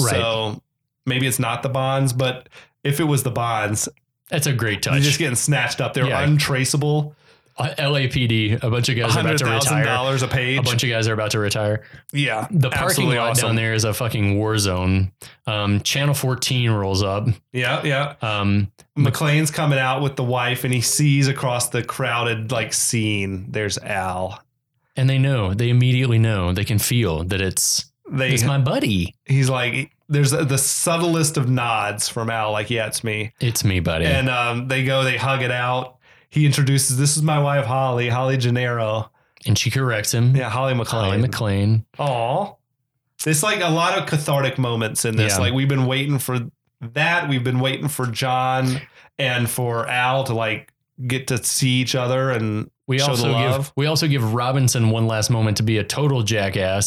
B: Right.
A: So maybe it's not the bonds, but if it was the bonds,
B: That's a great
A: they're
B: touch.
A: just getting snatched up. They're
B: Yeah.
A: untraceable.
B: Uh, LAPD, a bunch of guys are about to retire.
A: $100,000 a page.
B: A bunch of guys are about to retire.
A: yeah.
B: The parking
A: Absolutely
B: lot
A: awesome.
B: down there is a fucking war zone. Um, Channel 14 rolls up.
A: Yeah. Yeah.
B: Um,
A: McLean's coming out with the wife and he sees across the crowded like scene there's Al.
B: and they know, they immediately know, they can feel that it's,
A: They
B: it's my buddy.
A: he's like there's the subtlest of nods from Al like yeah it's me.
B: It's me, buddy.
A: And um, they go they hug it out. He introduces this is my wife Holly, Holly Gennaro.
B: and she corrects him.
A: Yeah, Holly
B: Holly
A: McLean.
B: McLean.
A: Aw. It's like a lot of cathartic moments in this.
B: Yeah.
A: Like we've been waiting for that. We've been waiting for John and for Al to like get to see each other and
B: We
A: Show the
B: also
A: love.
B: give we also give Robinson one last moment to be a total jackass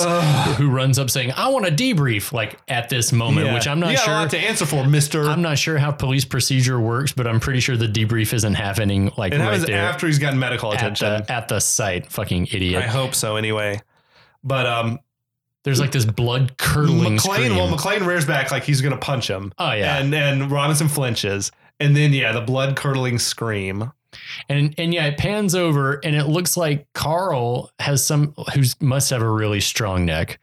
B: who runs up saying, "I want a debrief," like at this moment,
A: Yeah.
B: which I'm not
A: you got a
B: sure.
A: lot to answer for, Mister.
B: I'm not sure how police procedure works, but I'm pretty sure the debrief isn't happening like
A: It
B: right
A: happens
B: there
A: after he's gotten medical
B: at
A: attention.
B: the at the site. Fucking idiot.
A: I hope so, anyway. But um,
B: There's like this blood curdling
A: McLean.
B: scream.
A: Well, McLean rears back like he's gonna punch him,
B: oh yeah,
A: and and Robinson flinches, and then yeah, the blood curdling scream.
B: and and yeah, it pans over and it looks like Carl has some who's must have a really strong neck.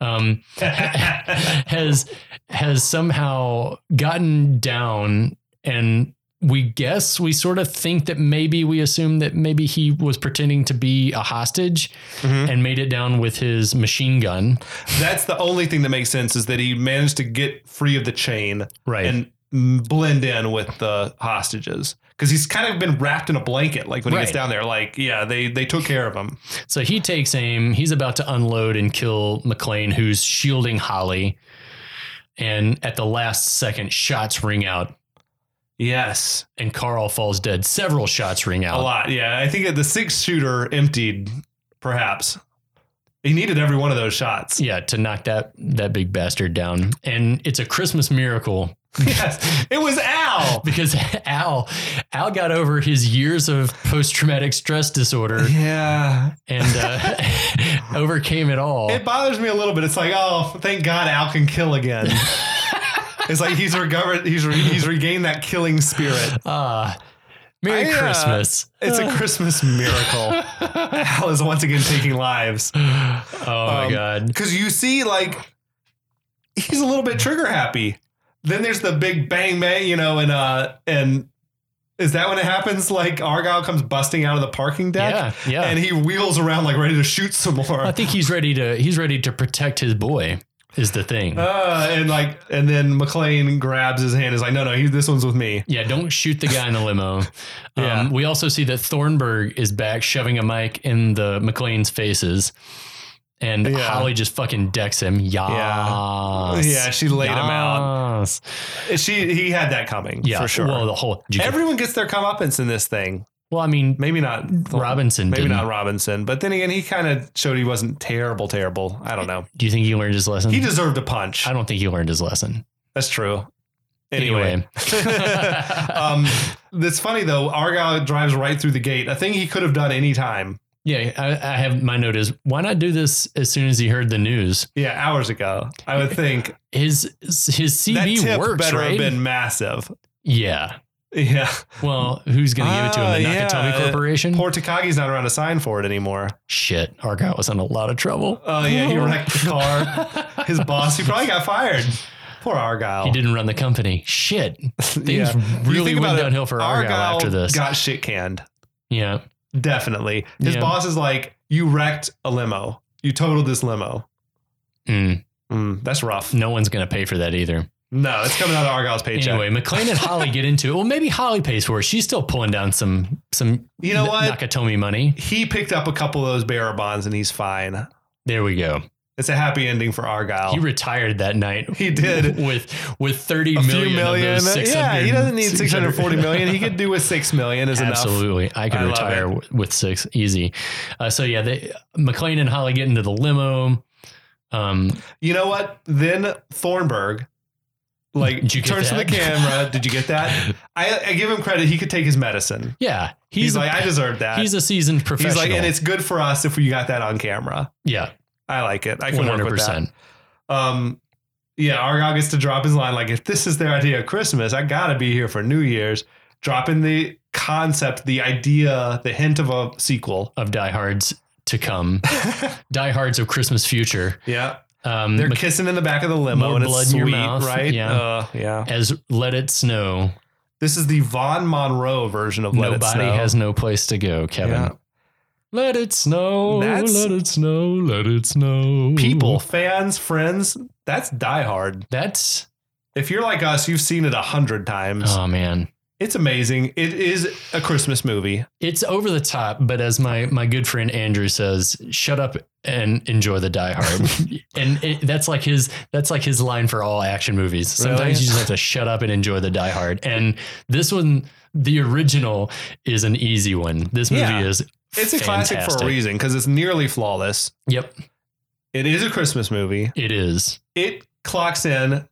B: Um, Mm-hmm. has has somehow gotten down and we guess we sort of think that maybe we assume that maybe he was pretending to be a hostage and made it down with his machine gun.
A: That's the only thing that makes sense is that he managed to get free of the chain
B: Right.
A: and mm, blend in with the hostages because he's kind of been wrapped in a blanket. Like when he gets
B: Right.
A: down there, like yeah, they they took care of him.
B: So he takes aim. He's about to unload and kill McLean, who's shielding Holly. And at the last second, shots ring out,
A: Yes,
B: and Carl falls dead. Several shots ring
A: a
B: out.
A: lot. Yeah, I think that the six shooter emptied. Perhaps he needed every one of those shots.
B: Yeah, to knock that that big bastard down. And it's a Christmas miracle
A: yes, it was Al.
B: because Al Al got over his years of post traumatic stress disorder
A: Yeah,
B: and uh, overcame it all.
A: It bothers me a little bit. It's like, oh, thank God Al can kill again. it's like he's recovered. He's re, he's regained that killing spirit.
B: Ah, Merry
A: I, uh,
B: Christmas.
A: It's a Christmas miracle. Al is once again taking lives
B: oh my
A: um,
B: god.
A: because you see, like, he's a little bit trigger happy. Then there's the big bang bang, you know, and uh, and is that when it happens? Like Argyle comes busting out of the parking deck,
B: yeah, yeah.
A: and he wheels around like ready to shoot some more.
B: I think he's ready to he's ready to protect his boy is the thing.
A: Uh, and like, and then McLean grabs his hand. Is like, no, no, he, this one's with me.
B: yeah, don't shoot the guy in the limo. Um,
A: Yeah.
B: We also see that Thornburg is back shoving a mic in the McLean's faces. And
A: Yeah.
B: Holly just fucking decks him.
A: Yeah.
B: Yeah.
A: Yeah, she laid him out.
B: Yes.
A: She, he had that coming
B: Yeah.
A: for sure.
B: Well, the whole. did you get-
A: Everyone gets their comeuppance in this thing.
B: well, I mean,
A: Maybe not
B: Robinson
A: Maybe
B: didn't.
A: not Robinson. But then again, he kind of showed he wasn't terrible. Terrible. I don't know.
B: do you think he learned his lesson?
A: He deserved a punch.
B: Um, I don't think he learned his lesson.
A: That's true. Anyway,
B: Anyway.
A: um, that's funny though. Argyle drives right through the gate. A thing he could have done any time.
B: Yeah, I, I have my note is why not do this as soon as he heard the news?
A: Yeah, hours ago. I would think
B: His his
A: that
B: CV
A: tip
B: works,
A: better
B: right?
A: have been massive.
B: yeah.
A: Yeah.
B: Well, who's going to give it to him? The
A: Ah, yeah.
B: Nakatomi Corporation?
A: Poor Takagi's not around to sign for it anymore.
B: Shit, our guy was in a lot of trouble.
A: Oh yeah, he wrecked the car. His boss, he probably got fired. Poor Argyle.
B: He didn't run the company. Shit, things
A: You
B: really
A: think about
B: went
A: it,
B: downhill for Argyle, after this.
A: Got shit canned.
B: yeah,
A: Definitely. His
B: Yeah.
A: boss is like, "You wrecked a limo. You totaled this limo.
B: Mm,
A: Mm, that's rough.
B: no one's going to pay for that either.
A: No, it's coming out of Argyle's paycheck.
B: Anyway, McLean and Holly get into it. Well, maybe Holly pays for it. She's still pulling down some some
A: you know what?
B: Nakatomi money.
A: he picked up a couple of those bearer bonds and he's fine.
B: There we go.
A: It's a happy ending for Argyle.
B: He retired that night.
A: He did.
B: with with thirty
A: a
B: million.
A: few million.
B: Of those 600,
A: Yeah, he doesn't need 640 million. He could do with 6 million is enough.
B: Absolutely, I could
A: I love
B: retire
A: it.
B: w- with six easy. Uh, so yeah, they, McLean and Holly get into the limo. Um,
A: You know what? Then Thornburg, like,
B: Did you get
A: turns to the
B: that?
A: camera. Did you get that? I, I give him credit. He could take his medicine.
B: yeah,
A: He's,
B: he's, a,
A: like, I deserve that.
B: he's a seasoned professional.
A: He's like, and it's good for us if we got that on camera.
B: yeah,
A: I like it. I can
B: one
A: work
B: hundred
A: with that.
B: percent.
A: Um, yeah, Argyle gets to drop his line. Like, if this is their idea of Christmas, I gotta be here for New Year's. Dropping the concept, the idea, the hint of a sequel.
B: Of diehards to come, diehards of Christmas future.
A: Yeah,
B: Um,
A: they're
B: Mc-
A: kissing in the back of the limo,
B: More
A: and it's
B: blood in
A: sweet,
B: your mouth.
A: right?
B: Yeah.
A: Uh, yeah.
B: as let it snow.
A: This is the Von Monroe version of Let It
B: Nobody
A: Snow.
B: has no place to go, Kevin.
A: Yeah.
B: Let it snow.
A: That's-
B: let it snow. Let it snow.
A: People, fans, friends, that's Die Hard.
B: That's
A: If you're like us, you've seen it a hundred times.
B: oh man.
A: It's amazing. It is a Christmas movie.
B: It's over the top, but as my my good friend Andrew says, shut up and enjoy the Die Hard. and it, that's like his that's like his line for all action movies. Sometimes
A: Really?
B: you just have to shut up and enjoy the Die Hard. And this one, the original, is an easy one. This movie
A: Yeah.
B: is
A: It's a classic for
B: fantastic.
A: a reason because it's nearly flawless.
B: Yep,
A: It is a Christmas movie.
B: it is.
A: It clocks in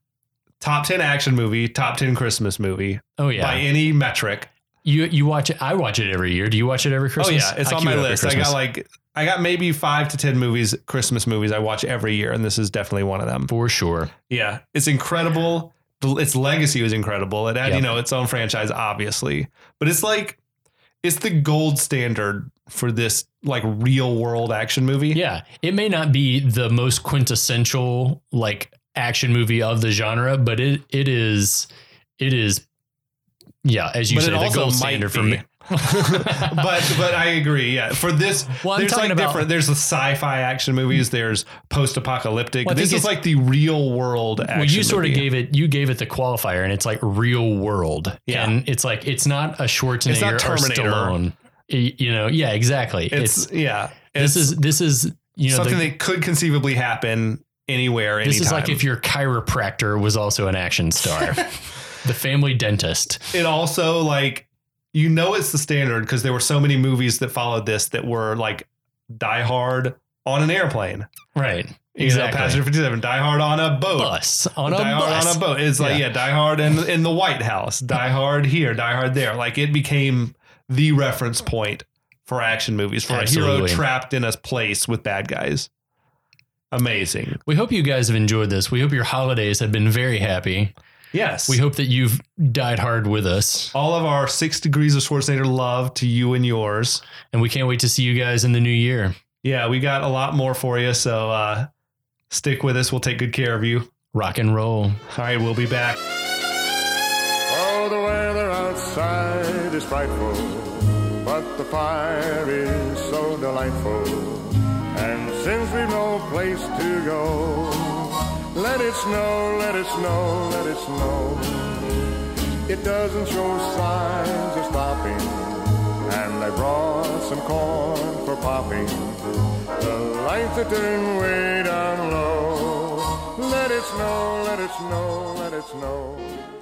A: top 10 action movie, top 10 Christmas movie
B: Oh yeah,
A: by any metric.
B: you you watch it. I watch it every year. Do you watch it every Christmas?
A: Oh yeah, it's
B: I
A: on
B: queue
A: my
B: it every
A: list. I got
B: Christmas.
A: like I got maybe 5 to 10 movies, Christmas movies I watch every year and this is definitely one of them.
B: for sure.
A: Yeah, it's incredible. The- Its legacy was incredible. It had,
B: Yeah.
A: you know, its own franchise, obviously, but it's like it's the gold standard for this like real world action movie.
B: Yeah, it may not be the most quintessential like action movie of the genre, but it it is it is yeah, as you
A: But
B: say,
A: it
B: the
A: also
B: gold
A: might
B: standard for
A: be.
B: me.
A: but but I agree. Yeah, for this,
B: Well, I'm
A: there's
B: talking
A: like
B: about-
A: different. There's the sci-fi action movies. There's post-apocalyptic.
B: Well, I think
A: this is
B: it's-
A: like the real world. Action
B: Well, you sort of
A: movie.
B: gave it, you gave it the qualifier, and it's like real world,
A: Yeah.
B: and it's like it's not a Schwarzenegger
A: It's not
B: or
A: Terminator.
B: Stallone. Y- You know, yeah, exactly. It's,
A: It's, yeah.
B: this is this is you know the-
A: something that could conceivably happen anywhere.
B: this
A: anytime.
B: is like if your chiropractor was also an action star, the family dentist.
A: it also like you know it's the standard because there were so many movies that followed this that were like Die Hard on an airplane,
B: Right.
A: you
B: Exactly.
A: know, Passenger Fifty Seven, Die Hard on a boat.
B: Bus on a
A: die
B: bus.
A: Hard on a boat. It's like yeah,
B: Yeah.
A: Die Hard in in the White House, Die Hard here, Die Hard there. Like it became the reference point for action movies for a hero
B: Absolutely.
A: trapped in a place with bad guys. Amazing.
B: We hope you guys have enjoyed this. We hope your holidays have been very happy.
A: Yes.
B: We hope that you've died hard with us,
A: all of our six degrees of Schwarzenegger love to you and yours.
B: and we can't wait to see you guys in the new year.
A: Yeah, we got a lot more for you, so uh, stick with us. We'll take good care of you.
B: Rock and roll.
A: All right, we'll be back.
C: Oh, the weather outside is frightful, but the fire is so delightful. And since we've no place to go, let it snow, let it snow, let it snow. It doesn't show signs of stopping, and I brought some corn for popping. The lights are turned way down low. Let it snow, let it snow, let it snow.